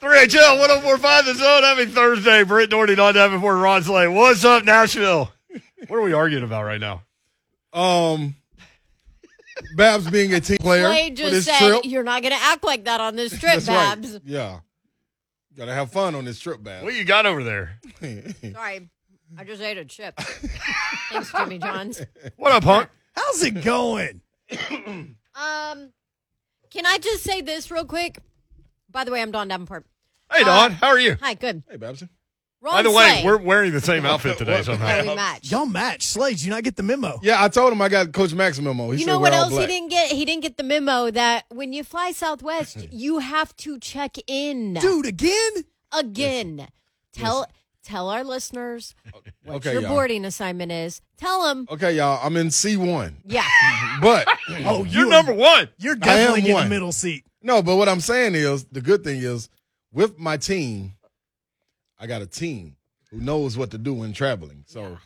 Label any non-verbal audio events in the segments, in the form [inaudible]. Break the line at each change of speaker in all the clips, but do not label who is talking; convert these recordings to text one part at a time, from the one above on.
3HL 1045 The Zone. Happy Thursday. Britt Doherty, Don Davenport, Ron Slay. What's up, Nashville? What are we arguing about right now?
Um, Babs being a team player
Clay
for
just
this
said
trip.
you're not going to act like that on this trip,
That's right.
Babs.
Yeah, gotta have fun on this trip, Babs. [laughs]
What you got over there?
Sorry, I just ate a chip. [laughs] Thanks, Jimmy Johns.
What up, punk?
How's it going?
Um, can I just say this real quick? By the way, I'm Don Davenport.
Hey, Don. How are you?
Hi, good.
hey, Babs.
Ron
By the way,
Slay.
we're wearing the same outfit today
Are we
somehow.
matched.
Y'all match. Slade, you not get the memo.
Yeah, I told him I got Coach Max memo. He
You
said
know
we're
what
all
else he
black.
didn't get? He didn't get the memo that when you fly
[laughs]
Southwest, you have to check in [clears throat]
Dude, again?
again. Tell tell our listeners what
Okay,
your
y'all. Oh.
boarding assignment is. Tell them.
Okay, y'all. I'm in C one,
Yeah. [laughs]
but
Oh,
You're
you-
number one.
You're
I am
definitely getting
one.
the middle seat.
no. But what I'm saying is, the good thing is, with my team, I got a team who knows what to do when traveling. So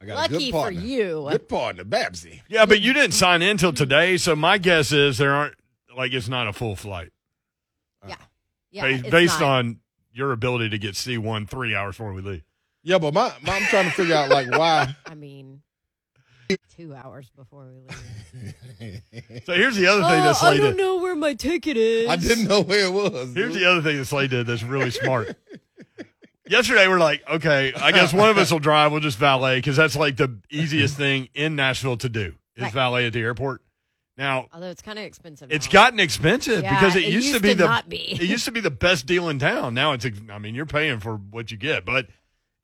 I got a
Lucky
good
for
partner.
you.
Good partner, Babsy.
Yeah, but you didn't sign in till today, so my guess is there aren't like it's not a full flight
Yeah.
Ba-
it's
based
not.
on your ability to get C one three hours before we leave.
Yeah, but my, my I'm trying to figure out like why.
I mean, two hours before we
[laughs]
leave. [laughs] Oh,
So here's the other thing that
I
Slay did.
don't know where my ticket is.
I didn't know where it was.
Here's
dude.
the other thing that Slay did that's
[laughs]
really smart. Yesterday we're like, okay, I guess one of us will drive. We'll just valet because that's like the easiest thing in Nashville to do is
Right.
valet at the airport. Now
Although it's kind of expensive.
it's
now.
gotten expensive
Yeah,
because it,
it
used, to
used
be
to
the
not be.
it used to be the best deal in town. Now it's ex- I mean you're paying for what you get, but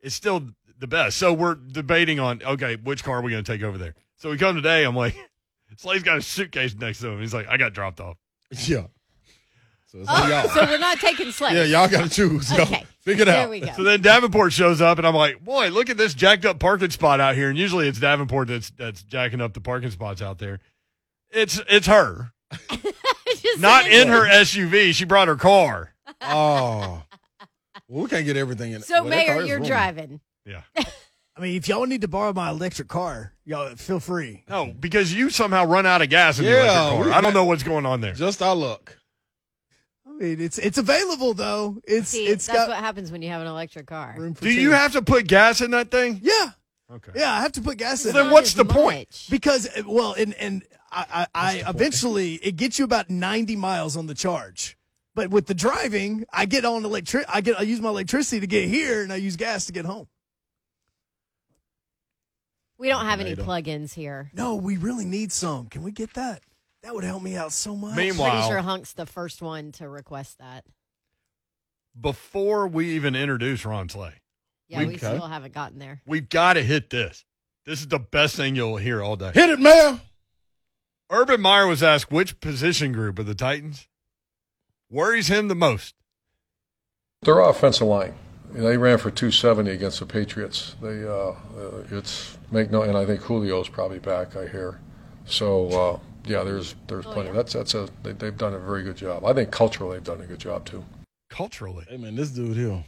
it's still the best. So we're debating on okay, which car are we going to take over there? So we come today. I'm like, [laughs] Slade's got a suitcase next to him. He's like, I got dropped off.
Yeah. So it's on
[laughs] Oh,
y'all.
so we're not taking slaves.
yeah, y'all got to [laughs] choose. Y'all
Okay. [laughs]
Figure it
There
out.
we go.
So then Davenport shows up, and I'm like, boy, look at this jacked up parking spot out here. And usually it's Davenport that's that's jacking up the parking spots out there. It's it's her,
Just
not
saying.
in her SUV. She brought her car.
Oh. Well, we can't get everything in.
So
well, that car
Mayor,
is
you're
rolling.
driving.
Yeah.
I mean, if y'all need to borrow my electric car, y'all feel free.
No, because you somehow run out of gas in the
Yeah,
electric car.
we-
I don't know what's going on there.
Just our luck.
I mean, it's it's available though. It's
See,
it's
that's
got
what happens when you have an electric car.
room for
Do you
two.
have to put gas in that thing?
Yeah,
Okay.
yeah. I have to put gas
It's
in.
Then
it.
not
what's
as
the point?
much.
Because uh, well, and and I, I, I eventually it gets you about ninety miles on the charge. But with the driving, I get on electric. I get I use my electricity to get here, and I use gas to get home.
We don't have any
Tornado.
plugins here.
No, we really need some. Can we get that? That would help me out so much.
Pretty sure
Meanwhile,
Hunk's the first one to request that.
before we even introduce Ron Slay,
Yeah,
We-
we
okay.
still haven't gotten there.
we've got to hit this. This is the best thing you'll hear all day.
Hit it, Mayor.
Urban Meyer was asked which position group of the Titans worries him the most.
Their offensive line. They ran for 270 against the Patriots. They, uh, uh, it's make no, and I think Julio's probably back. I hear. So uh, yeah, there's there's
Oh,
plenty.
yeah.
That's that's a they, they've done a very good job. I think culturally they've done a good job too.
Culturally,
Hey, man, this dude here.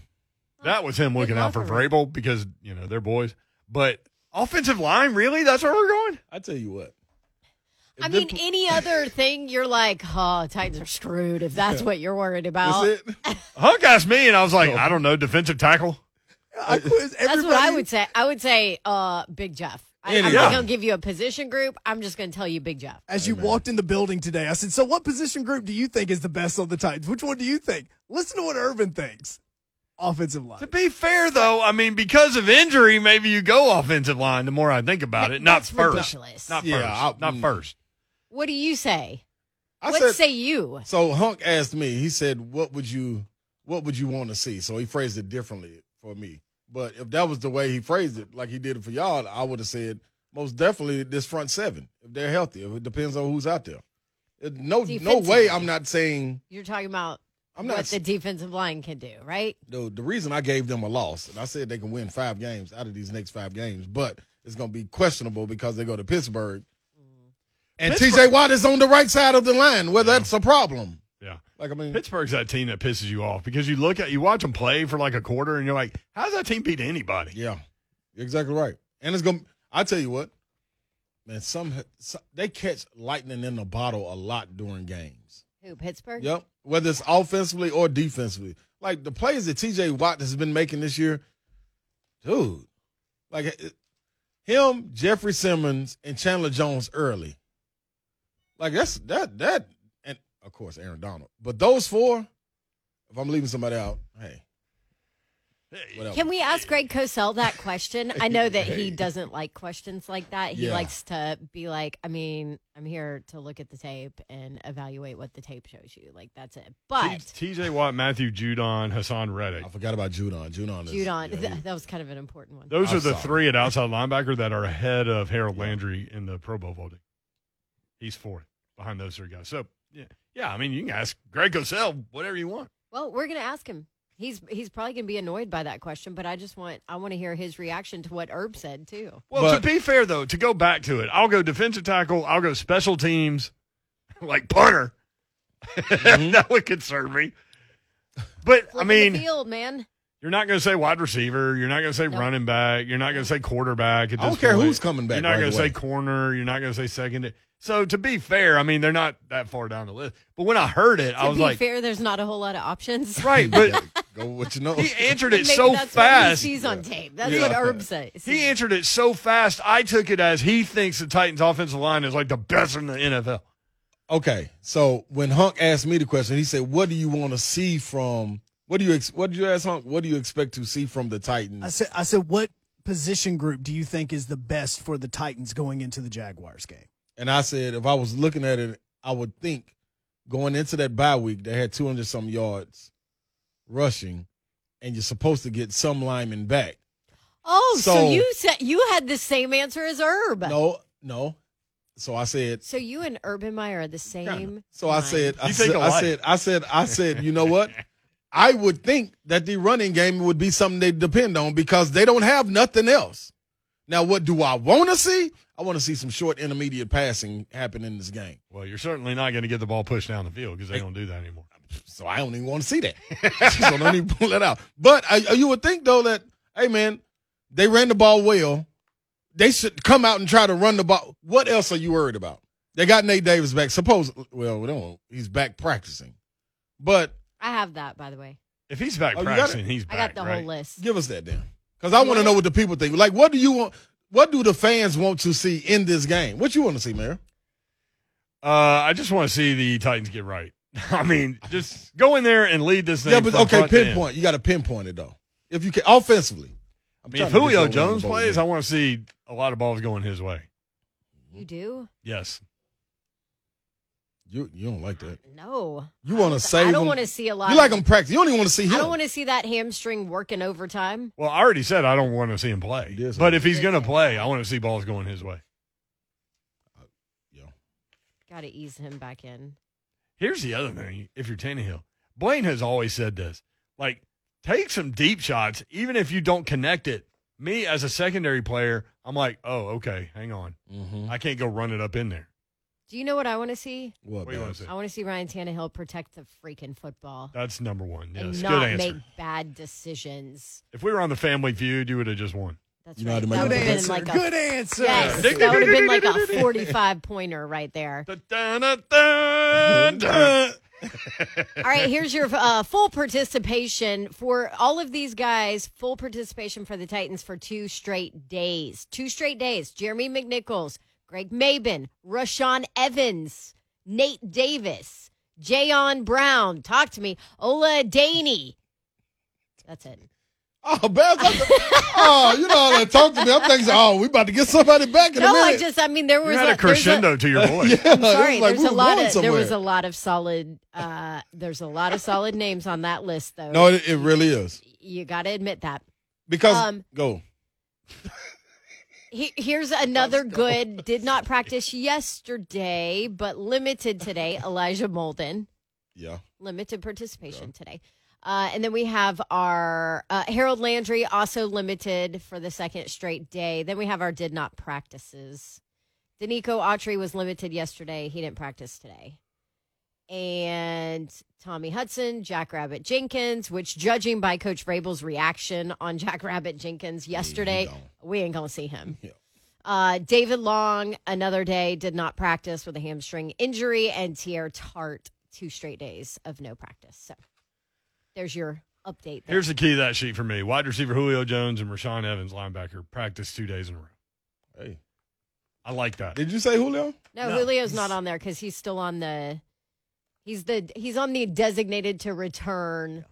that was him
Good
looking out for
locker room.
Vrabel because you know they're boys. But offensive line, really? That's where we're going.
I tell you what. If
I
this-
mean, any other thing, you're like, oh, Titans are screwed if that's what you're worried about.
That's
[laughs]
it.
Hunk asked me, and I was like, I don't know, defensive tackle.
I quiz
That's what I
everybody.
would say. I would say uh, Big Jeff. I, I'm
Any-
not
Yeah.
going to give you a position group. I'm just going to tell you Big Jeff.
As you walked in the building today, I said, "So, what position group do you think is the best of the Titans? Which one do you think?" Listen to what Urban thinks. Offensive
To
line.
be fair, though, I mean, because of injury, maybe you go offensive line. The more I think about it, not
That's
first,
ridiculous.
not first,
Yeah, I-
not
mm.
first.
What do you say?
I
what
said,
say you?
so Hunk asked me, he said, What would you what would you want to see? So he phrased it differently for me. But if that was the way he phrased it, like he did it for y'all, I would have said most definitely this front seven, if they're healthy. If it depends on who's out there. It- no no way
Defensively.
I'm not saying
You're talking about
I'm
what
not
the defensive line can do, right?
the, the reason I gave them a loss, and I said they can win five games out of these next five games, but it's going to be questionable because they go to Pittsburgh. And TJ Watt is on the right side of the line. Well, that's a problem.
Yeah.
Like, I mean,
Pittsburgh's that team that pisses you off because you look at you watch them play for like a quarter and you're like, how's that team beat anybody?
yeah, you're exactly right. And it's going to, I tell you what, man, some, some they catch lightning in the bottle a lot during games.
Who Pittsburgh?
Yep. Whether it's offensively or defensively. like the plays that T.J. Watt has been making this year, dude. Like it- him, Jeffrey Simmons, and Chandler Jones early. Like that's that that, and of course Aaron Donald. But those four, if I'm leaving somebody out, hey, whatever.
Can we ask Greg Cosell that question? I know
[laughs]
that he doesn't like questions like that. He
Yeah.
likes to be like, I mean, I'm here to look at the tape and evaluate what the tape shows you. Like that's it. But
T- TJ Watt, Matthew Judon, Hassan Reddick.
I forgot about Judon. Judon. Is,
Judon,
yeah,
[laughs]
he-
that was kind of an important one.
Those
I'm
are the
sorry.
three at outside linebacker that are ahead of Harold Landry in the Pro Bowl voting. He's fourth behind those three guys. So yeah, yeah. I mean, you can ask Greg Cosell whatever you want.
Well, we're gonna ask him. He's he's probably gonna be annoyed by that question, but I just want I want to hear his reaction to what Herb said too.
Well,
But-
to be fair though, to go back to it, I'll go defensive tackle. I'll go special teams, [laughs] like punter. [laughs] that would concern me. But I
Flipping
mean,
the field, man.
You're not going to say wide receiver. You're not going to say
No.
running back. You're not going to say quarterback. At
I don't
this
care
point.
who's coming back,
You're not
by the
going to
way.
say corner. You're not going to say second. So to be fair, I mean they're not that far down the list. But when I heard it,
To
I was
be
like,
fair, there's not a whole lot of options.
right.
[laughs]
But
go with what you know.
he answered
[laughs] Maybe
it so
that's
fast.
What he sees on tape. That's
Yeah.
what Herb says.
He answered it so fast. I took it as he thinks the Titans' offensive line is like the best in the NFL.
Okay, so when Hunk asked me the question, he said, "What do you want to see from? What do you? Ex- what did you ask Hunk? What do you expect to see from the
I
Titans?"
said, I said, what position group do you think is the best for the Titans going into the Jaguars game?
And I said, if I was looking at it, I would think going into that bye week, they had two hundred some yards rushing, and you're supposed to get some linemen back.
Oh, so,
So-
you said you had the same answer as Herb.
No, no. So I said,
So you and Urban Meyer are the same.
So I
mind.
said, I
You
said,
think
I
alike.
said, I said, I said, you
[laughs]
know what? I would think that the running game would be something they depend on because they don't have nothing else. Now, what do I want to see? I want to see some short intermediate passing happen in this game.
Well, you're certainly not going to get the ball pushed down the field because they don't do that anymore.
So I don't even want to see that. [laughs] so don't even pull that out. But I, uh, you would think though that, hey man, they ran the ball well. They should come out and try to run the ball. What else are you worried about? They got Nate Davis back. Suppose, well, we don't. He's back practicing, but
I have that, by the way.
If he's back
Oh, you got it?
practicing, he's
I
back.
got the
right?
whole list.
Give us that then. Because I want to know what the people think. Like, what do you want? What do the fans want to see in this game? What you want to see, Mayor?
Uh, I just want to see the Titans get right. [laughs] I mean, just go in there and lead this thing.
Yeah, but
from
okay,
front to end.
pinpoint. You got to pinpoint it though. If you can, offensively.
I mean, if
trying to
Julio
get Joe
Jones
Rambo
plays,
in.
I want to see a lot of balls going his way.
You do?
Yes.
You you don't like that.
No.
You want to save
I don't
him.
want to see a lot.
You like
of-
him practice. You don't even want to see him.
I don't want to see that hamstring working overtime.
Well, I already said I don't want to see him play.
Yes, I
but
do.
if he's going to play, I want to see balls going his way.
Got to ease him back in.
Here's the other thing if you're Tannehill, Blaine has always said this like, take some deep shots, even if you don't connect it. Me, as a secondary player, I'm like, oh, okay, hang on.
Mm-hmm.
I can't go run it up in there.
Do you know what I want to see?
What,
What do you want
Babs?
to see?
I want to see Ryan Tannehill protect the freaking football
That's number one. Oh, Yes. Good
and not
answer.
make bad decisions.
If we were on the family feud, you would have just won.
That's
You know how
right.
to
That
make a
would have
Good
been
answer.
like a
Good answer.
yes.
Ding,
That
ding,
would have been
ding,
like
ding,
a
ding, ding.
forty-five pointer right there.
Da-da-da-da-da.
All right, here's your uh, full participation for all of these guys. Full participation for the Titans for two straight days. Two straight days. Jeremy McNichols, Greg Maben, Rashawn Evans, Nate Davis, Jayon Brown. Talk to me, Ola Daney. That's it.
Oh, Babs, I
[laughs]
thought- oh, you know how that talk to me. I'm thinking, oh, we about to get somebody back in
No,
a minute.
I just, I mean, there
You
was
had a
a, there's a-
crescendo to your voice.
[laughs] yeah, it was
Sorry,
like
there's
we
a
were
lot
going
of
somewhere.
there was a lot of solid. Uh, there's a lot of solid names on that list, though.
no, it, it really is
you got to admit that.
because
Um,
go.
He- here's another good. Did not practice yesterday, but limited today. Elijah Molden,
Yeah,
limited participation today. Uh, and then we have our uh, Harold Landry, also limited for the second straight day. Then we have our did not practices. Danico Autry was limited yesterday. He didn't practice today. And Tommy Hudson, Jackrabbit Jenkins, which judging by Coach Rabel's reaction on [laughs] Jackrabbit Jenkins yesterday,
gone.
we ain't going to see him.
Yeah.
Uh, David Long, another day, did not practice with a hamstring injury, and Tier Tart, two straight days of no practice. So there's your update. There.
Here's the key to that sheet for me. Wide receiver Julio Jones and Rashawn Evans, linebacker, practice two days in a row.
Hey,
I like that.
did you say Julio?
no,
no,
Julio's
he's-
not on there because he's still on the. He's the he's on the designated to return.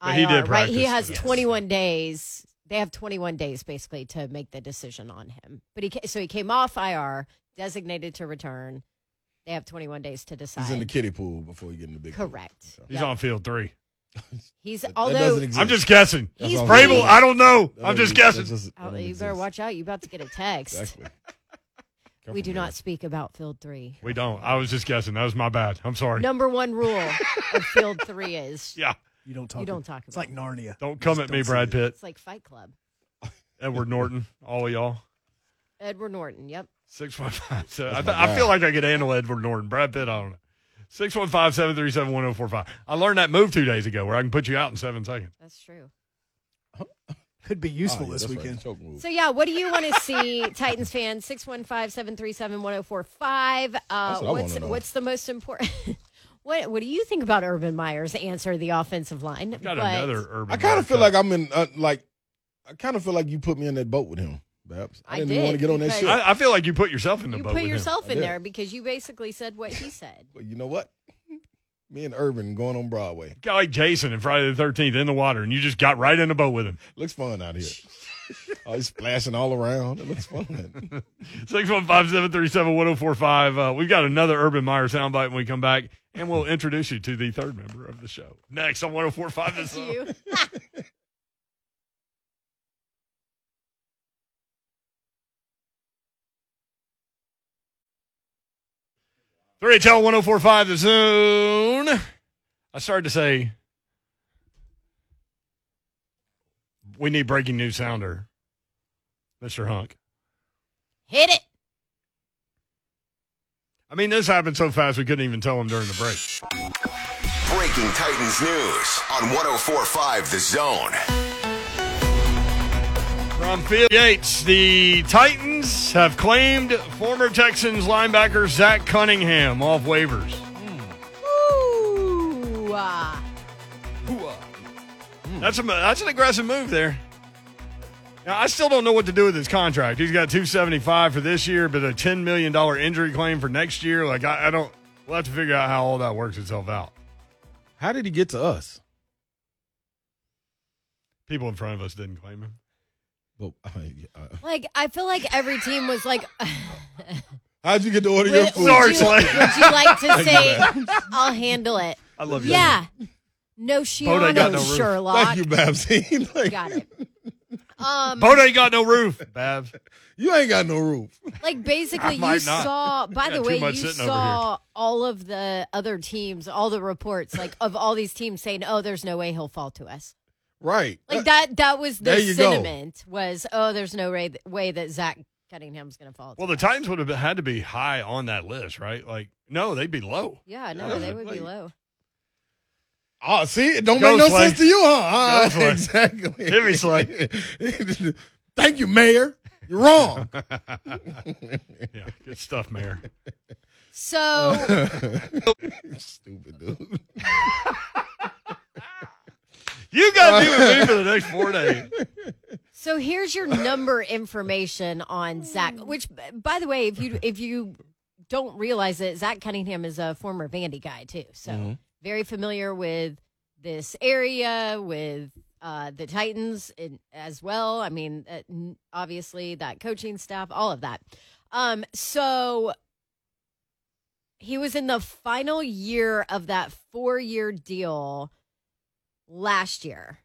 But he
IR,
did
right. He
practice,
has
though.
Yes.
21 days. They have 21 days basically to make the decision on him. But he ca- so he came off IR, designated to return. They have 21 days to decide.
He's in the kiddie pool before you get in the big pool.
Correct.
So,
He's
Yep.
on field three.
He's
that- that
although
doesn't exist.
I'm just guessing.
That's
he's
all
pretty-
Vrabel, I don't know.
That
I'm
doesn't-
just
that
guessing.
just
Oh,
doesn't
you better
exist.
watch out. You're about to get a text.
Exactly.
[laughs] we do not speak about field
[laughs]
three.
We don't. I was just guessing. That was my bad. I'm sorry.
Number one rule of field three is
Yeah.
You don't talk.
you don't talk
It's
about
like
it.
Narnia.
Don't come
Just
at me,
don't say
Brad
it.
Pitt,
It's like Fight Club.
Edward Norton, all of y'all.
Edward Norton. Yep.
615. So I,
That's
th-
my
I
guy.
feel like I could handle Edward Norton. Brad Pitt, I don't know. 615 737 1045. I learned that move two days ago where I can put you out in seven seconds.
That's true.
Could be
Oh,
useful
yeah,
this
that's right.
weekend.
Choke move.
So, yeah, what do you want to see, Titans fans? 615 737 1045.
That's what I
Uh, What's
wanna know.
what's the most important? [laughs] what What do you think about Urban Meyer's answer, the offensive line?
Got
But
another urban.
I kind
Meyer
of feel
cut.
like I'm in, uh, like, I kind of feel like you put me in that boat with him, Babs. I
I
didn't even want to
did,
get on that
because-
shit.
I, I feel like you put yourself in the
You
boat.
put
with him.
yourself
I
in
did.
there because you basically said what he said.
But you know what? [laughs] Me and Urban going on Broadway.
Guy like Jason in Friday the 13th in the water, and you just got right in the boat with him.
Looks fun out
[laughs]
here. oh, he's splashing all around. It looks fun.
615 737 1045. uh, We've got another Urban Meyer soundbite when we come back, and we'll introduce you to the third member of the show. Next on 1045 this
Thank you.
Three HL 1045 the Zone. I started to say we need breaking news sounder, Mr. Hunk.
Hit it.
I mean, this happened so fast we couldn't even tell him during the break.
Breaking Titans news on 1045 The Zone.
From Field Yates, the Titans have claimed former Texans linebacker Zach Cunningham off waivers.
Ooh. ah.
That's a that's an aggressive move there. Now I still don't know what to do with his contract. He's got two seventy five for this year, but a ten million dollar injury claim for next year. Like I, I don't. We'll have to figure out how all that works itself out.
[laughs] How did he get to us?
People in front of us didn't claim him.
Well, I mean, uh,
Like I feel like every team was like, [laughs]
how'd you get to order your
would,
food?
Sorry,
would, you,
Slay.
would you like
[laughs]
to say, "I'll handle it"?
I love you.
Yeah. No
Boat ain't got no
Shiano,
roof.
Sherlock.
Thank you, Babs. [laughs] like,
[laughs] Got it. Um,
Boat ain't got no roof, Babs.
You ain't got no roof. [laughs]
like
I
basically,
[laughs]
you
might not.
saw. By
Got
the
too
way, you
much sitting over
saw all of the other teams, all the reports, like of all these teams saying, "Oh, there's no way he'll fall to us."
Right.
Uh,
Like that. That was
There
the
you go.
sentiment. Was oh, there's no way, way that Zach Cunningham's going to fall. to
Well, the
us."
Titans would have had to be high on that list, right? Like no, they'd be low.
Yeah, no,
Yeah,
they would be
like-
low.
Oh, see, it don't
Go,
make no
Slay.
sense to you, huh?
Go,
Uh, [laughs]
Slay.
exactly.
Hit me,
Slay. [laughs] Thank you, Mayor. You're wrong.
Yeah, good stuff, Mayor.
So
Stupid dude.
You got to be with me for the next four days.
So here's your number information on Zach. Which, b- by the way, if you if you don't realize it, Zach Cunningham is a former Vandy guy too, so very familiar with this area with uh, the Titans in, as well. I mean, uh, n- obviously that coaching staff, all of that. Um, so he was in the final year of that four year deal last year.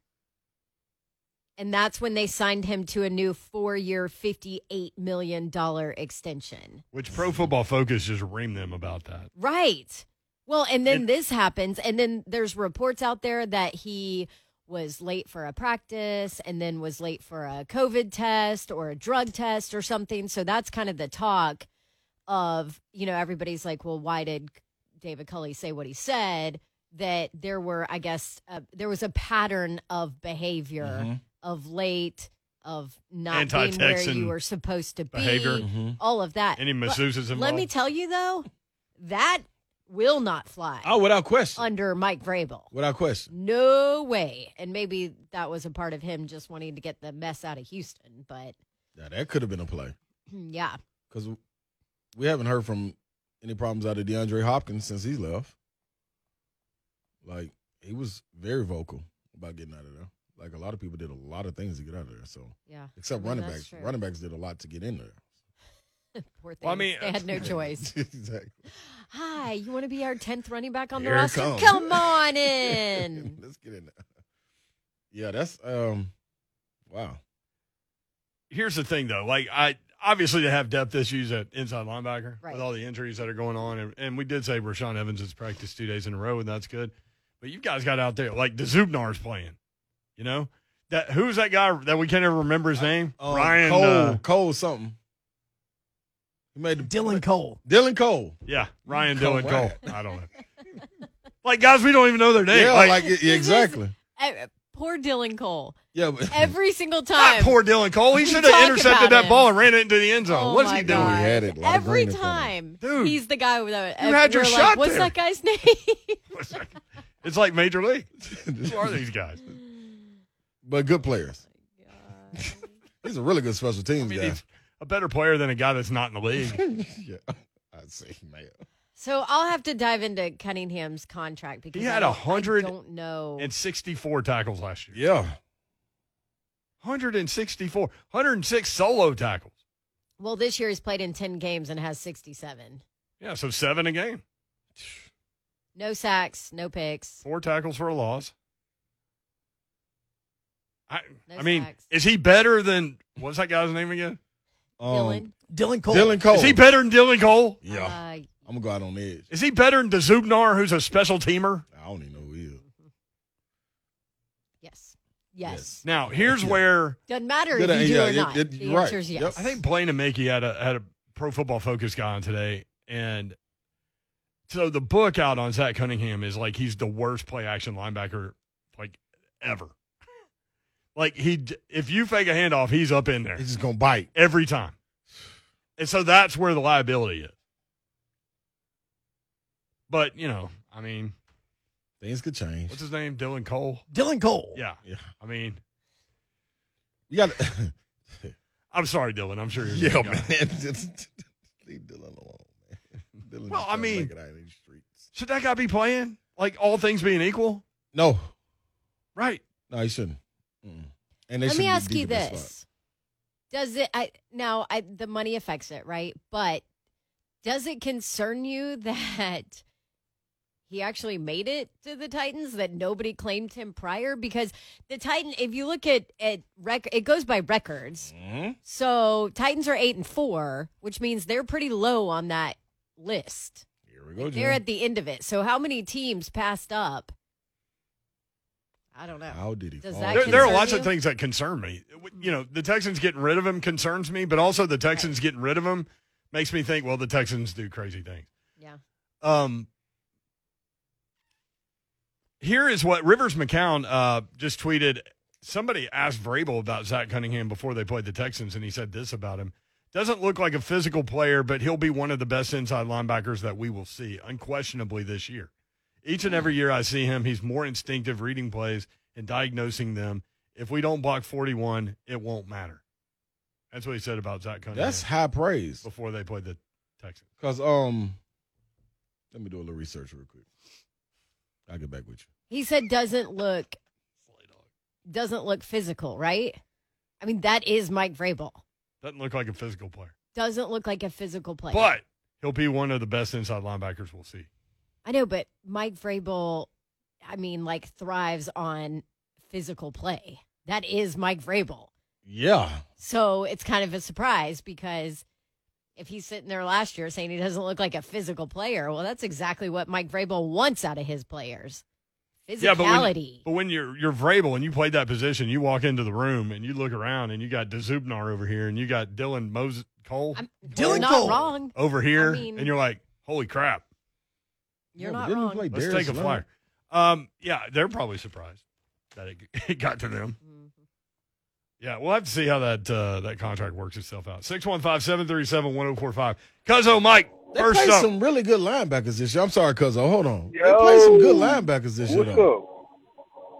And that's when they signed him to a new four year, $58 million extension.
Which Pro Football Focus just reamed them about that.
Right. Well, and then
And-
this happens. And then there's reports out there that he was late for a practice and then was late for a COVID test or a drug test or something. So that's kind of the talk of, you know, everybody's like, well, why did David Culley say what he said? That there were, I guess, uh, there was a pattern of behavior
Mm-hmm.
of late, of not being where
Anti-Texan
you were supposed to be,
behavior.
all of that.
Any
But-
masseuses involved?
let me tell you though, that will not fly
Oh, without question.
under Mike Vrabel.
Ah, Without question.
No way. And maybe that was a part of him just wanting to get the mess out of Houston. But [clears throat]
Now, that could have been a play
yeah,
because we haven't heard from any problems out of DeAndre Hopkins since he left. Like, he was very vocal about getting out of there. Like, a lot of people did a lot of things to get out of there. So,
yeah. [laughs]
except
I mean,
running
that's
backs.
true.
Running backs did a lot to get in there.
Poor things.
Well, I mean, uh,
they
[laughs]
had no choice.
[laughs] exactly.
Hi, you want to be our tenth running back on the
Here it
roster?
comes. [laughs]
[laughs]
Come on in.
Let's get in there. Yeah, that's um wow.
here's the thing though. Like I obviously they have depth issues at inside linebacker
Right.
with all the injuries that are going on, and, and we did say Rashawn Evans has practiced two days in a row, and that's good. But you guys got out there like the Zubnar's playing, you know. That who's that guy that we can't ever remember his name?
Um,
Ryan.
Cole,
uh,
Cole something. He made the
Dylan Cole.
Dylan Cole.
yeah, Ryan Dillon
Cole
Cole.
Bryant.
I don't know. like guys, we don't even know their name.
yeah,
like,
like, it- yeah, exactly.
Eh, Poor Dylan Cole.
Yeah, but [laughs]
Every single
not
time.
poor Dylan Cole. He
We
should
talk
have intercepted
about
that
him.
ball and ran it into the end zone.
Oh
what is he
my
doing?
God. We had
gosh.
it. A lot of
Every
green in front of
time,
Dude.
he's the guy that
You had your
we're
shot
like, What's
there."
that guy's [laughs] name?
[laughs] It's like Major
[laughs]
League. Who are these guys?
but good players.
Oh
[laughs] He's a really good special teams
I mean,
guy.
he's a better player than a guy that's not in the league. [laughs]
[laughs] yeah, I'd say man.
So I'll have to dive into Cunningham's contract because
He
I
had
don't-
100
I don't know.
and 64 tackles last year.
Yeah,
164, 106 solo tackles.
well, this year he's played in ten games and has sixty-seven.
Yeah, so seven a game,
No sacks, no picks.
four tackles for a loss. I,
No
I mean,
sacks.
is he better than what's that guy's name again?
um,
Dylan.
Dylan Cole.
Dylan Cole.
Is he better than Dylan Cole?
yeah,
Uh,
I'm gonna go out on the edge.
Is he better than Zubnar, who's a special teamer?
I don't even know who he is.
yes. Yes.
Now, here's
Yeah.
where
Doesn't matter
Good, uh,
if you do
yeah,
or
it-
not.
it-
the
right.
answer is yes.
Yep.
I think Blaine and Mickey had a had a pro football focus guy on today, and so the book out on Zach Cunningham is like he's the worst play action linebacker like ever. Like he, d- if you fake a handoff, he's up in there
He's just gonna bite.
every time, and so that's where the liability is. But you know, I mean,
Things could change.
what's his name? Dylan Cole.
Dylan Cole.
Yeah,
Yeah,
I mean,
you got. [laughs] to
I'm sorry, Dylan. I'm sure. You're a
Yeah,
good guy.
man. [laughs] Just Leave Dylan alone, man. Dylan
Well,
just
I
trying to
mean-
make it out in these streets.
Should that guy be playing? Like all things being equal,
No,
right?
no, he shouldn't. Mm-mm. And they
Let
shouldn't
me
be
ask you
deep in the spot.
this: Does it? I now I, the money affects it, right? But does it concern you [laughs] that he actually made it to the Titans? That nobody claimed him prior because the Titan. If you look at at rec, it goes by records.
Mm-hmm.
So Titans are eight and four, which means they're pretty low on that list.
Here we go,
They're
Jim.
at the end of it. So how many teams passed up? I don't know.
How did he
Does
fall?
that
there, there are
concern
lots
you?
of things that concern me. You know, the Texans getting rid of him concerns me, but also the Texans getting rid of him makes me think, well, the Texans do crazy things.
Yeah.
Um, here is what Rivers McCown uh, just tweeted. Somebody asked Vrabel about Zach Cunningham before they played the Texans, and he said this about him. Doesn't look like a physical player, but he'll be one of the best inside linebackers that we will see, unquestionably, this year. Each and every year I see him, he's more instinctive reading plays and diagnosing them. If we don't block 41, it won't matter. That's what he said about Zach Cunningham
That's high praise.
before they played the Texans.
Cause um, let me do a little research real quick. I'll get back with you.
He said doesn't look doesn't look physical, right? I mean, that is Mike Vrabel.
Doesn't look like a physical player,
Doesn't look like a physical player.
but he'll be one of the best inside linebackers we'll see.
I know, but Mike Vrabel, I mean, like thrives on physical play. That is Mike Vrabel.
Yeah,
So it's kind of a surprise because if he's sitting there last year saying he doesn't look like a physical player, well, that's exactly what Mike Vrabel wants out of his players. Physicality.
Yeah, but when, but when you're you're Vrabel and you played that position, you walk into the room and you look around and you got Dezubnar over here and you got Dylan Moses Cole
I'm,
Dylan
you're not
Cole.
wrong.
over here,
mean-
and you're like, holy crap,
You're
Yeah, but
not
didn't he
wrong.
play
let's
Darius
take a
Leonard?
flyer. Um, yeah, they're probably surprised that it, [laughs] it got to them.
Mhm.
Yeah, we'll have to see how that uh, that contract works itself out. 615 737 1045. Cuzzo Mike.
They
First
played
up-
some really good linebackers this year. I'm sorry, cuz hold on. They
Yo.
played some good linebackers this year.
What's
though.
up?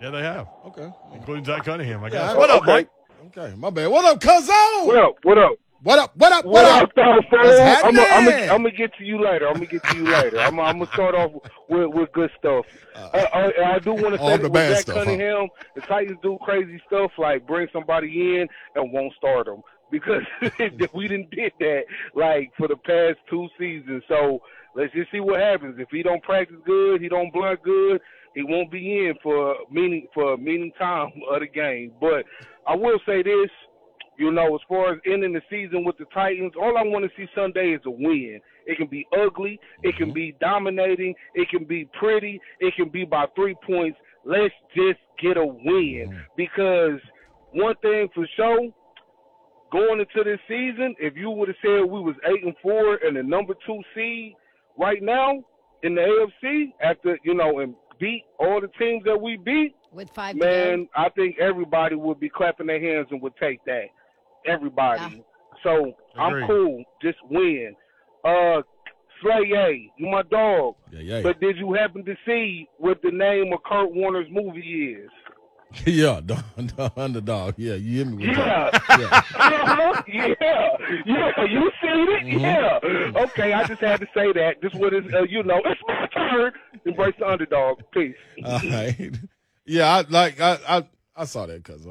Yeah, they have,
Okay.
including Zach Cunningham. I
Yeah,
guess.
I-
what up,
okay.
Mike?
Okay. My bad. What up, cuz
What up? What up?
What up? What up?
What up, Star
What's
I'm
happening?
gonna get to you later. I'm gonna get to you later. I'm gonna start off with, with good stuff. I, I, I do want to
Uh, all
say
the
that with
bad
Zach
stuff, huh?
Cunningham, the Titans do crazy stuff like bring somebody in and won't start them
[laughs]
because [laughs] we didn't did that like for the past two seasons. So let's just see what happens. If he don't practice good, he don't blunt good, he won't be in for meaning for a meaning time of the game. But I will say this. You know, as far as ending the season with the Titans, all I want to see Sunday is a win. It can be ugly, it can be dominating, it can be pretty, it can be by three points. Let's just get a win because one thing for sure, going into this season, if you would have said we was eight and four and the number two seed right now in the AFC after you know and beat all the teams that we beat,
with five to go.
Man, I think everybody would be clapping their hands and would take that. Everybody. So
Agreed.
I'm cool. Just win. Uh, Slay, A, you my dog.
Yeah, yeah.
But did you happen to see what the name of Kurt Warner's movie is?
[laughs] yeah, the, the underdog. Yeah, you hear me? with that.
Yeah.
yeah.
Uh-huh. yeah, yeah, you seen it? Yeah. Okay, I just had to say that. Just what is, uh, you know, it's my turn. Embrace the underdog. Peace.
All right. [laughs] Yeah, I like I I, I saw that cuz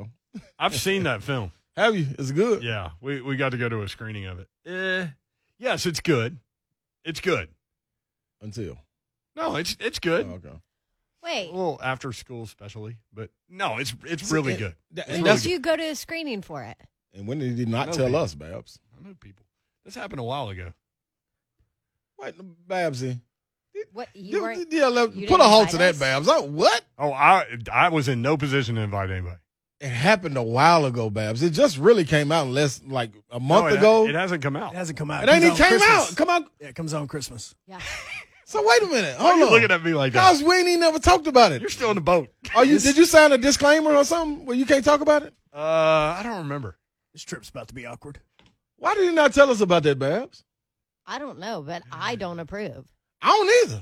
I've seen that film.
Have you? It's good.
Yeah, we, we got to go to a screening of it. Eh, yes, it's good. It's good.
Until.
No, it's it's good.
Oh, okay.
A
Wait,
little after school, specially, but no, it's it's really
it-
good.
that-
It's
and
when
really
did
that's-
good.
you go to a screening for it?
And when did he not
No,
tell
he-
us, Babs?
I know people. This happened a while ago.
What, Babsy?
What you
You,
weren't?
yeah, let-
you
put a
didn't
halt to
invite
that,
us?
Babs. I, what?
Oh, I I was in no position to invite anybody.
It happened a while ago, Babs. It just really came out less like a month
No, it-
ago.
it
It,
hasn't come out.
It hasn't come out.
ain't
comes
even
out on
came
Christmas.
out. Come on.
Yeah, it comes out on Christmas.
Yeah.
So wait a minute.
Why are
Hold
you
on.
looking at me like that?
Guys, we ain't even never talked about it.
You're still in the boat.
Are you? Did you sign a disclaimer or something where you can't talk about it?
Uh, I don't remember.
This trip's about to be awkward.
Why did he not tell us about that, Babs?
I don't know, but I don't approve.
I don't either.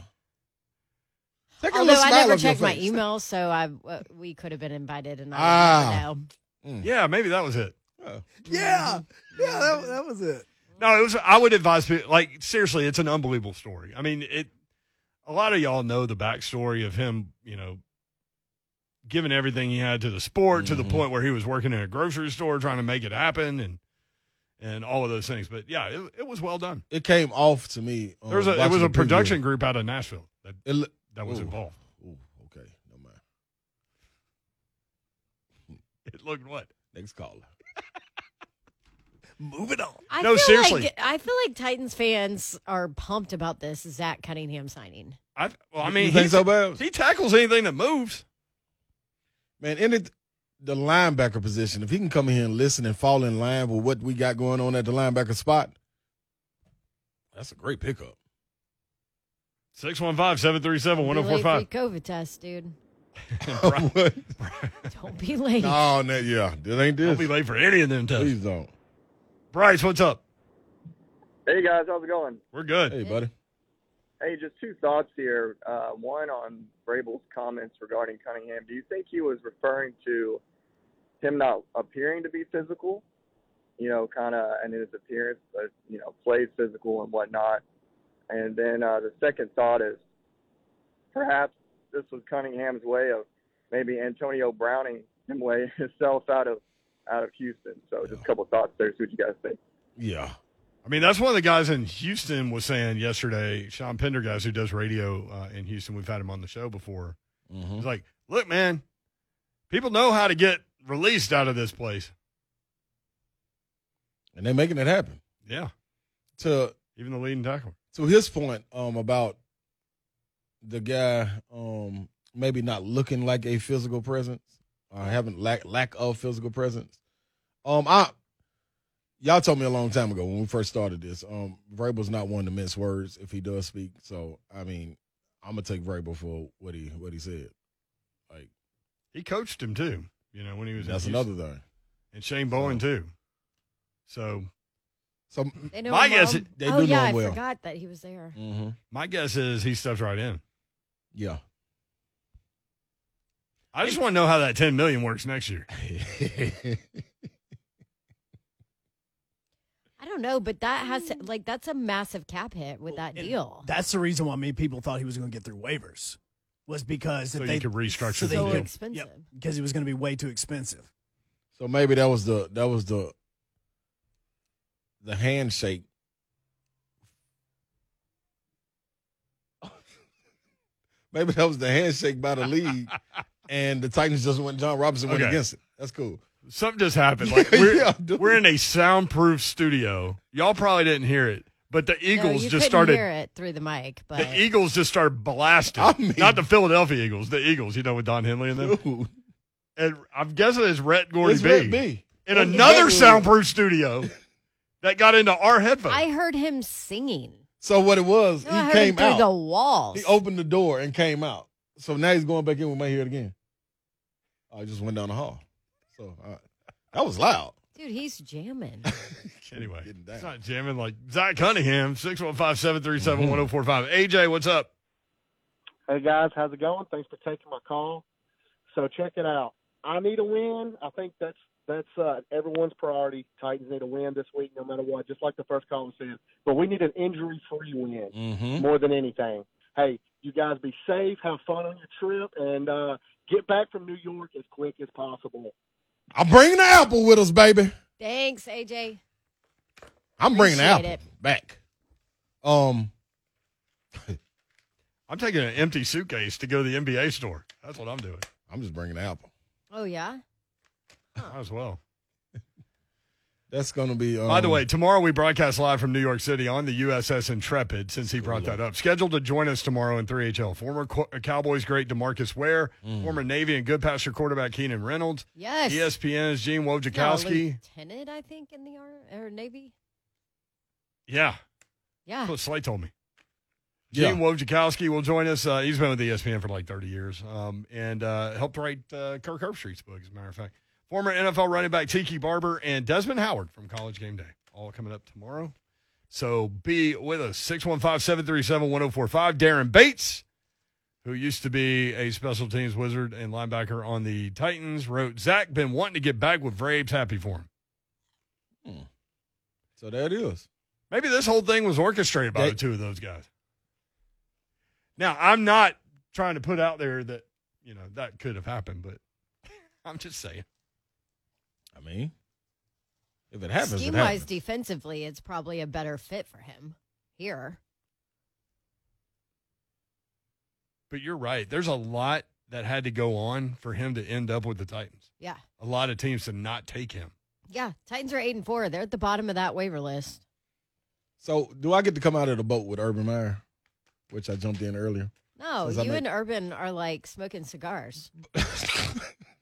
Take a
Although
little
I
smile
never
off your
checked my
face.
email, so I uh, we could have been invited, and I
Ah.
don't know.
Yeah, maybe that was it.
Oh.
Yeah, yeah, that, that was it.
No, it was. I would advise people. Like seriously, it's an unbelievable story. I mean, it. A lot of y'all know the backstory of him. You know, giving everything he had to the sport to the
Mm-hmm.
point where he was working in a grocery store trying to make it happen and and all of those things. But yeah, it, it was well done.
It came off to me. Um,
There was a, it
watching
was
the
a
preview.
production group out of Nashville that
It lo-
that was
Ooh.
involved. [laughs]
Ooh, okay, no mind.
It looked what?
Next caller.
Moving on.
I
No,
feel
seriously.
Like, I feel like Titans fans are pumped about this Zach Cunningham signing.
I well, I mean,
you think
he,
so, Babs?
he tackles anything that moves.
Man, in it, the linebacker position, if he can come in here and listen and fall in line with what we got going on at the linebacker spot, that's a
[laughs]
great pickup. [laughs]
615-737-1045.
Be late for your COVID test, dude.
What?
Don't be [laughs] late.
no, no, yeah, that ain't
Don't
this.
be late for any of them tests.
Please don't.
Bryce, what's up?
Hey guys, how's it going?
We're good.
Hey, buddy.
Hey, just two thoughts here. Uh, one on Brable's comments regarding Cunningham. Do you think he was referring to him not appearing to be physical? You know, kind of, and in his appearance, but you know, plays physical and whatnot. And then uh, the second thought is perhaps this was Cunningham's way of maybe Antonio Browning [laughs] him way himself out of out of Houston. So just a couple thoughts there. See what you guys think.
Yeah.
I mean, that's one of the guys in Houston was saying yesterday, Sean Pendergast, who does radio uh, in Houston. We've had him on the show before.
Mhm.
He's like, look, man, people know how to get released out of this place.
And they're making it happen.
Yeah.
To
Even the leading tackler.
to his point um, about the guy um, maybe not looking like a physical presence or having lack lack of physical presence. Um, I y'all told me a long time ago when we first started this. Um, Vrabel's not one to mince words if he does speak. So I mean, I'm gonna take Vrabel for what he what he said. Like
He coached him too, you know, when he was in
that's
Houston.
another thing.
And Shane Bowen too. So
So
They know
My
him
guess
well.
is-
They
oh,
do know him
yeah, I
well.
forgot that he was there.
mhm.
My guess is he steps right in.
yeah. [laughs]
I just want to know how that ten million works next year.
I don't know, but that has to, like that's a massive cap hit with that
And
deal.
That's the reason why many people thought he was going to get through waivers, was because
So
if
you
they
could restructure
so
the
they
so
deal.
could-
expensive.
Yep, because it was going to be way too expensive.
so maybe that was the that was the the handshake. [laughs] maybe that was the handshake by
[laughs]
the league, and the Titans just went. John Robinson went
Okay.
against it. That's cool.
Something just happened. Like we're,
[laughs] Yeah, dude.
we're in a soundproof studio. Y'all probably didn't hear it, but the
No,
Eagles
you
just
couldn't
started.
hear it through the mic, but
The Eagles just started blasting.
I mean-
Not the Philadelphia Eagles, the Eagles. You know, with Don Henley and
[laughs]
them.
Dude,
And I'm guessing it's Rhett Gordy
it's
B.
Red B.
in
It's
another
Red B.
soundproof studio [laughs] that got into our headphones.
I heard him singing.
So what it was,
No,
he
I heard him
came
through
out.
the walls.
He opened the door and came out. So now he's going back in. We may hear it again. I just went down the hall. So uh, that was loud.
Dude, he's jamming. [laughs]
anyway,
Getting down.
it's not jamming like Zach Cunningham, 615 737 1045. AJ, what's up?
Hey guys, how's it going? Thanks for taking my call. So check it out. I need a win. I think that's that's uh, everyone's priority. Titans need a win this week, no matter what. Just like the first caller said, but we need an injury-free win
Mm-hmm.
more than anything. Hey, you guys be safe. Have fun on your trip, and uh, get back from New York as quick as possible.
I'm bringing the apple with us, baby.
Thanks, AJ.
I'm bringing the apple
Appreciate
back. Um,
I'm taking an empty suitcase to go to the NBA store. That's what I'm doing.
I'm just bringing the apple.
Oh yeah.
Might as well.
That's gonna be. Um,
By the way, tomorrow we broadcast live from New York City on the USS Intrepid, since he brought that up. Scheduled to join us tomorrow in 3HL. Former Co- Cowboys great Demarcus Ware, former Navy and good passer quarterback Keenan Reynolds, E
Yes.
ESPN's Gene
He's now a
Wojciechowski.
Lieutenant, I think, in the army or navy.
Yeah,
Yeah.
that's what Slate told me.
yeah,
Gene Wojciechowski will join us. Uh, he's been with ESPN for like 30 years um, and uh, helped write uh, Kirk Herbstreit's book, as a matter of fact. Former NFL running back Tiki Barber and Desmond Howard from College Game Day, all coming up tomorrow. So be with us, 615 737 1045. Darren Bates, who used to be a special teams wizard and linebacker on the Titans, wrote Zach, been wanting to get back with Braves. Happy for him.
so there it is.
Maybe this whole thing was orchestrated by
They-
the two of those guys. Now, I'm not trying to put out there that, you know, that could have happened, but [laughs] I'm just saying.
I mean, if it happens, it
Scheme wise,
happens.
defensively, it's probably a better fit for him here.
But you're right. There's a lot that had to go on for him to end up with the Titans.
Yeah.
A lot of teams to not take him.
Yeah. Titans are eight and four. They're at the bottom of that waiver list.
So do I get to come out of the boat with Urban Meyer, which I jumped in earlier?
No,
Says I
you
make-
and Urban are like
[laughs]
smoking cigars.
you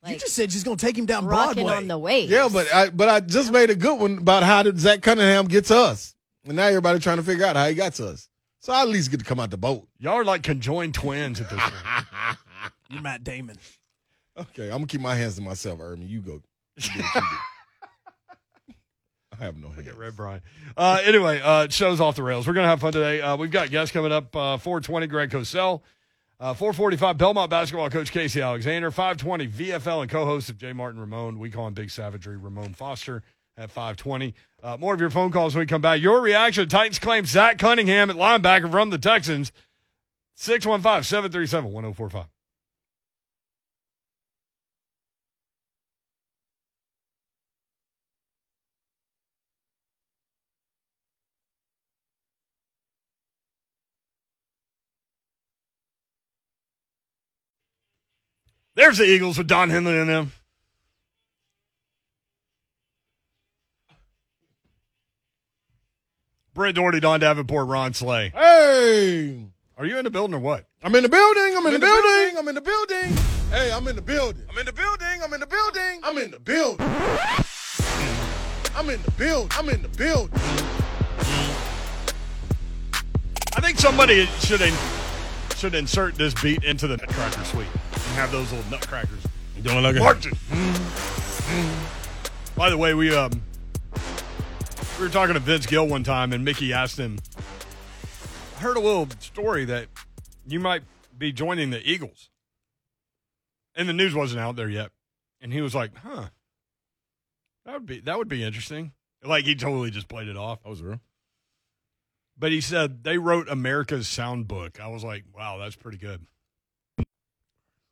Like
just said she's going to take him down
rocking
Broadway.
on the waves.
Yeah, but uh, I but I just made a good one about how did Zach Cunningham get to us, and now everybody trying to figure out how he got to us. So I at least get to come out the boat.
Y'all are like conjoined twins at this point.
You're Matt Damon.
Okay, I'm gonna keep my hands to myself, Urban. You go. You do what you [laughs] do. I have no hands.
Get Red Brian. Uh, anyway, uh, show's off the rails. We're going to have fun today. Uh, we've got guests coming up uh, 420 Greg Cosell, uh, 445 Belmont basketball coach Casey Alexander, 520 VFL and co host of J. Martin Ramon. We call him Big Savagery, Ramon Foster at 520. Uh, more of your phone calls when we come back. Your reaction Titans claim Zach Cunningham at linebacker from the Texans, 615 737 1045. There's the Eagles with Don Henley in them. Brent Doherty, Don Davenport, Ron Slay.
Hey,
Are you in the building or what?
I'm in the building. I'm in, the,
the
building. I'm in the building. Hey, I'm in the building. I'm in the building. I'm in the building. I'm in the building. I'm in the building. I'm in the building.
I think somebody should in, should insert this beat into the Nutcracker suite and have those little Nutcrackers.
You doing like
Marching. By the way, we um We were talking to Vince Gill one time, and Mickey asked him, I heard a little story that you might be joining the Eagles. And the news wasn't out there yet. And he was like, huh, that would be, that would be interesting. Like he totally just played it off.
That was real.
But he said they wrote America's sound book. I was like, wow, that's pretty good.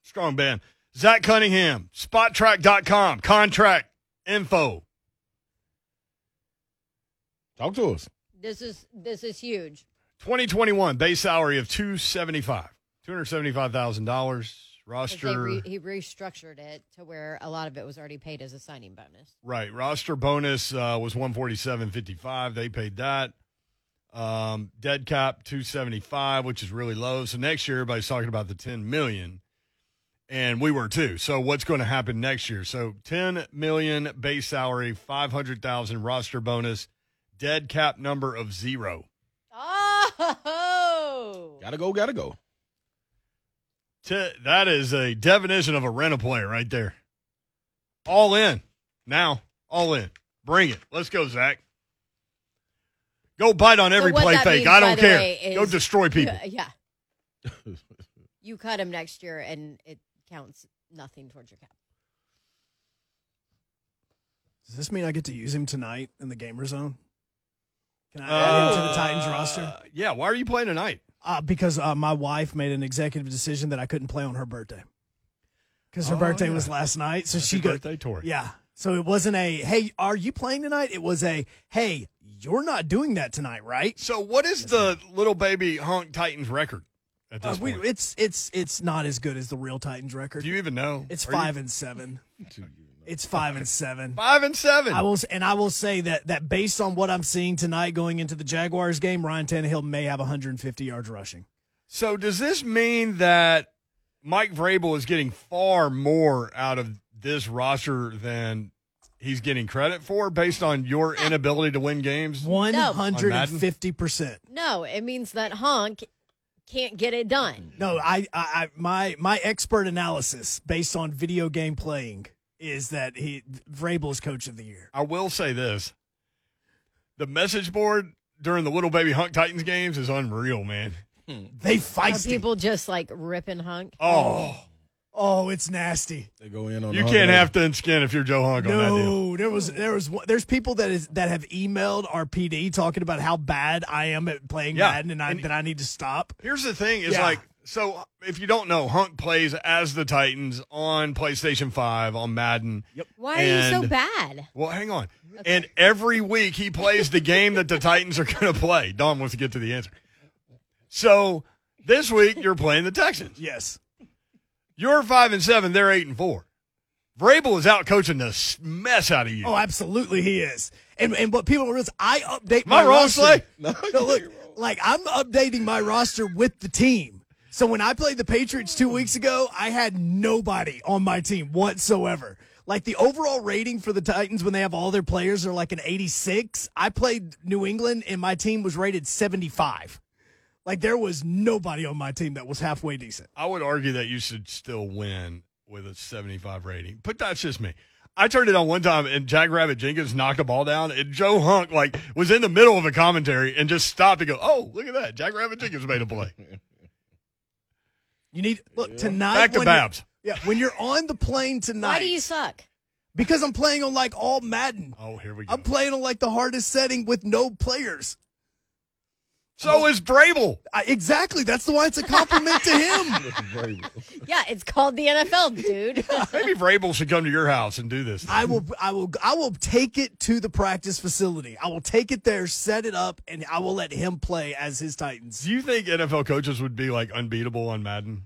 Strong band. Zach Cunningham, spottrack.com, contract info.
Talk to us.
This is this is huge.
2021 base salary of 275 $275,000
'cause they
roster
re- he restructured it to where a lot of it was already paid as a signing bonus.
right roster bonus uh, was 147.55 they paid that um, dead cap 275 which is really low so next year everybody's talking about the 10 million and we were too so what's going to happen next year so 10 million base salary 500,000 roster bonus dead cap number of 0
Oh,
Gotta go, gotta go.
T- that is a definition of a rent a player right there. All in. Now, all in. Bring it. Let's go, Zach. Go bite on every
what
play
that
fake.
means,
I
by
don't
the
care.
way,
go
is- [laughs]
destroy people.
yeah. [laughs] you cut him next year, and it counts nothing towards your cap.
Does this mean I get to use him tonight in the gamer zone? Can I add him to the Titans roster?
Uh, yeah, why are you playing tonight?
Uh, because uh, my wife made an executive decision that I couldn't play on her birthday. Because her
Oh,
birthday
yeah.
was last night. So she
Happy
goes,
birthday, Tori.
Yeah. So it wasn't a, hey, are you playing tonight? It was a, hey, you're not doing that tonight, right?
So, what is the little baby honk Titans record at
Uh,
this
we,
point?
it's it's it's not as good as the real Titans record.
Do you even know?
it's
Are you-
five and
[laughs]
seven. It's five and seven.
five and seven.
I will s- and I will say that that based on what I'm seeing tonight going into the Jaguars game, Ryan Tannehill may have 150 yards rushing.
So does this mean that Mike Vrabel is getting far more out of this roster than he's getting credit for based on your inability to win games?
150 percent.
No, it means that Honk can't get it done.
No, I, I, I, my, my expert analysis based on video game playing is that he Vrabel is coach of the year.
I will say this. The message board during the Little Baby Hunk Titans games is unreal, man.
They
Are
feisty.
people just like ripping Honk?
Oh,
oh, it's nasty.
They go in on
you
the
can't
Hunter.
have thin skin if you're Joe Hunk on that deal.
No, there was there was one- there's people that is that have emailed our PD talking about how bad I am at playing
Yeah,
Madden and, I,
and-
that I need to stop.
Here's the thing is
Yeah.
like so if you don't know, Hunk plays as the Titans on PlayStation 5 on Madden. Yep.
Why are you so
And-
bad?
Well, hang on. And every week he plays the game that the Titans are going to play. Don wants to get to the answer. So this week you're playing the Texans.
Yes.
You're five and seven. They're eight and four. Vrabel is out coaching the s- mess out of you.
Oh, absolutely, he is. And and what people don't realize, I update.
Am I
my
wrong,
roster.
Slay?
[laughs] No, look, like I'm updating my roster with the team. So when I played the Patriots two weeks ago, I had nobody on my team whatsoever. Like the overall rating for the Titans when they have all their players are like an 86. I played New England and my team was rated 75. Like there was nobody on my team that was halfway decent.
I would argue that you should still win with a 75 rating, but that's just me. I turned it on one time and Jack Rabbit Jenkins knocked a ball down and Joe Hunk like was in the middle of a commentary and just stopped and go, Oh, look at that. Jack Rabbit Jenkins made a play.
You need look tonight.
Back to
when you're-
Babs.
Yeah, when you're on the plane tonight.
Why do
[laughs]
you suck?
Because I'm playing on like all Madden.
Oh, here we go.
I'm playing on like the hardest setting with no players.
So is Brable.
I, exactly. That's the why it's a compliment
[laughs]
to him.
Yeah, it's called the NFL,
[laughs]
dude.
Maybe Vrabel should come to your house and do this.
I will. I will. I will take it to the practice facility. I will take it there, set it up, and I will let him play as his Titans.
Do you think NFL coaches would be like unbeatable on Madden?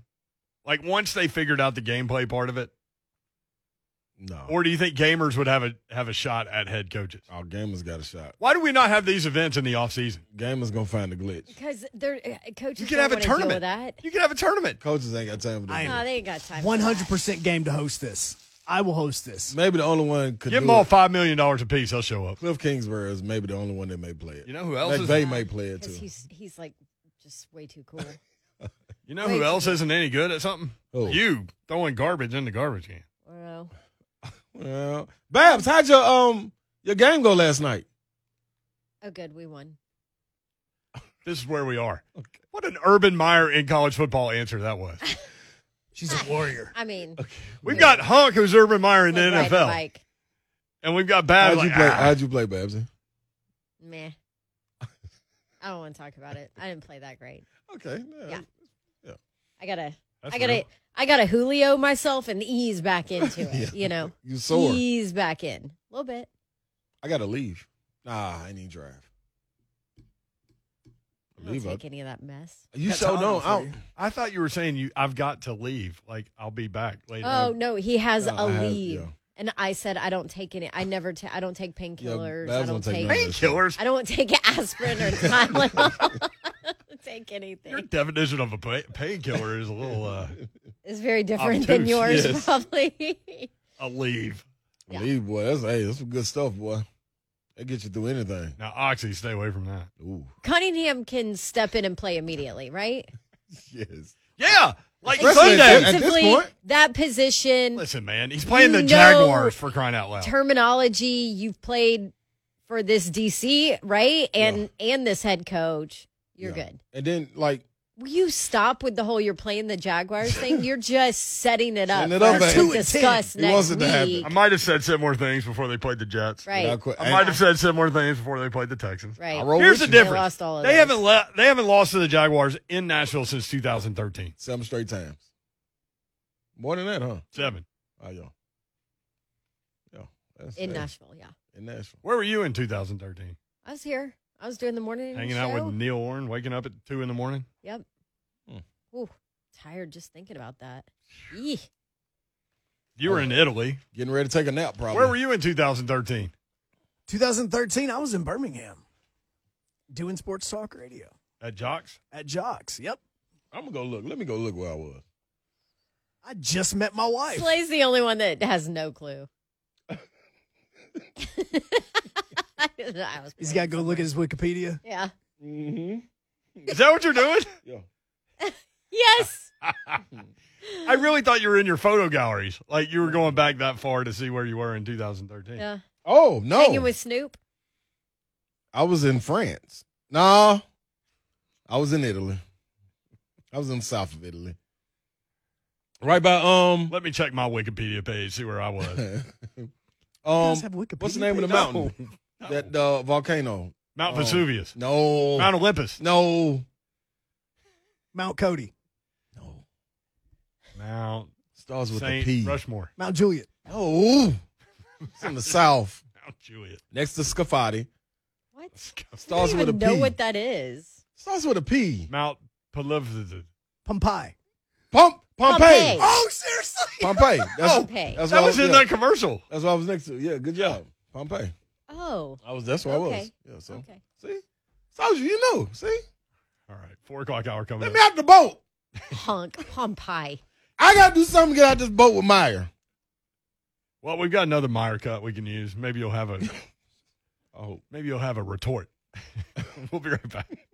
Like once they figured out the gameplay part of it,
No.
or do you think gamers would have a have a shot at head coaches?
Our Oh, gamers got a shot.
Why do we not have these events in the offseason?
Gamers gonna find a glitch.
Because they're uh, coaches.
You can
don't
have a
wanna deal
tournament.
with that.
You can have a tournament.
Coaches ain't got time for
I
that.
am-
No, they ain't got time. for
One hundred
that.
percent game to host this. I will host this.
Maybe the only one could
Give
do
them all
it.
five million dollars a piece. They'll show up.
Cliff Kingsbury is maybe the only one that may play it.
You know who else is?
McVay may play it
Because
too.
he's he's like just way too cool.
You know who
Wait.
else isn't any good at something?
Who?
You throwing garbage in the garbage can.
Well,
Well, Babs, how'd your um your game go last night?
Oh, good. We won.
This is where we are. What an Urban Meyer in college football answer that
[laughs]
was.
She's a warrior.
I mean,
We've got Hunk, who's Urban Meyer in the
like riding a
NFL,
bike.
and we've got Bad.
How'd you
like,
play?
ah.
How'd you play, Babsy?
Meh. I don't want to talk about it. I didn't play that great.
Okay.
Yeah. I gotta,
That's
I gotta,
real.
I gotta Julio myself and ease back
[laughs]
into it.
Yeah.
You know,
You sore.
ease back in a little bit.
I gotta leave. Nah, I need drive.
I don't
Leave
take
it.
any of that mess.
You
That's
so
all
don't.
for
I don't-
you.
I thought you were saying you. I've got to leave. Like I'll be back later.
Oh no, he has
No,
a
I have-
leave,
yeah.
and I said I don't take any. I never. ta- I don't take painkillers. I
Babs
don't
don't take
take.
none.
painkillers.
I don't take [laughs] aspirin or Tylenol.
[laughs]
[laughs] I don't take
Your
anything.
definition of a pa- painkiller is a little uh,
It's very different than
Obtuse,
yours,
yes.
probably. [laughs]
a leave.
Yeah.
Leave, boy. That's hey, that's some good stuff, boy. That gets you through anything.
Now, Oxy, stay away from that.
Ooh, [laughs]
Cunningham can step in and play immediately, right?
yes.
Yeah, like
Especially
Sunday.
at- at this
Defensively,
point-
that position
Listen, man, he's playing the
No.
Jaguars for crying out loud.
terminology you've played for this DC, right? And and this head coach, you're
Yeah.
good.
And then like
Will you stop with the whole "you're playing the Jaguars"
[laughs]
thing? You're just setting it up.
Setting it up,
for us
baby.
to discuss
It
next
wasn't to happen.
week,
I might have said similar things before they played the Jets.
right?
without que-
I might have said similar things before they played the Texans.
Right.
I roll
Here's the
with you.
difference.
They lost all of
They
those.
haven't le- they haven't lost to the Jaguars in Nashville since 2013.
seven straight times. More than that, huh?
Seven.
Oh, yeah. Yeah. That's
in
that's-
Nashville. Yeah,
In Nashville.
Where were you in 2013?
I was here. I was doing the morning
Hanging
show.
out with Neil Warren, waking up at two in the morning.
Yep.
Hmm.
Ooh, tired just thinking about that. Eeh.
You were in Italy.
Getting ready to take a nap, probably.
Where were you in 2013?
2013, I was in Birmingham doing sports talk radio
At Jocks.
at Jocks. Yep.
I'm gonna go look. Let me go look where I was.
I just met my wife.
Slay's the only one that has
[laughs]
no clue. I was
He's got to go look at his Wikipedia.
yeah.
Mm-hmm.
Is that what you're doing?
Yeah.
Yes.
I really thought you were in your photo galleries. Like you were going back that far to see where you were in 2013.
Yeah.
Oh no.
Hanging with Snoop.
I was in France. No. I was in Italy. I was in the south of Italy. Right by um [laughs]
Let me check my Wikipedia page, see where I was.
um
Does have Wikipedia
what's the name of the
page?
mountain? That uh, volcano.
Mount
Oh.
Vesuvius,
No.
Mount Olympus,
no.
Mount Cody,
No.
Mount
Starts with a P.
Saint Rushmore,
Mount Juliet.
No. It's in the south.
Mount Juliet.
Next to Scafati.
What? I
Starts
don't
with a
even
P.
know what that is.
Starts with a P.
Mount Peleliu.
Pompeii.
Pump Pompeii.
Pompeii.
Oh, seriously?
Pompeii. That's,
Pompeii.
That's
That
what
was
I,
in
yeah,
that commercial.
That's what I was next to. Yeah, good job. Pompeii.
Oh.
I was that's where I was.
Okay.
Yeah, so
Okay.
see? So you know, see?
All right, four o'clock hour coming.
Let
up.
me out the boat.
Honk. Pompeii.
I gotta do something to get out this boat with Meyer.
Well, we've got another Meyer cut we can
[laughs]
use. Maybe you'll have a
I hope.
maybe you'll have a retort. [laughs] we'll be right back.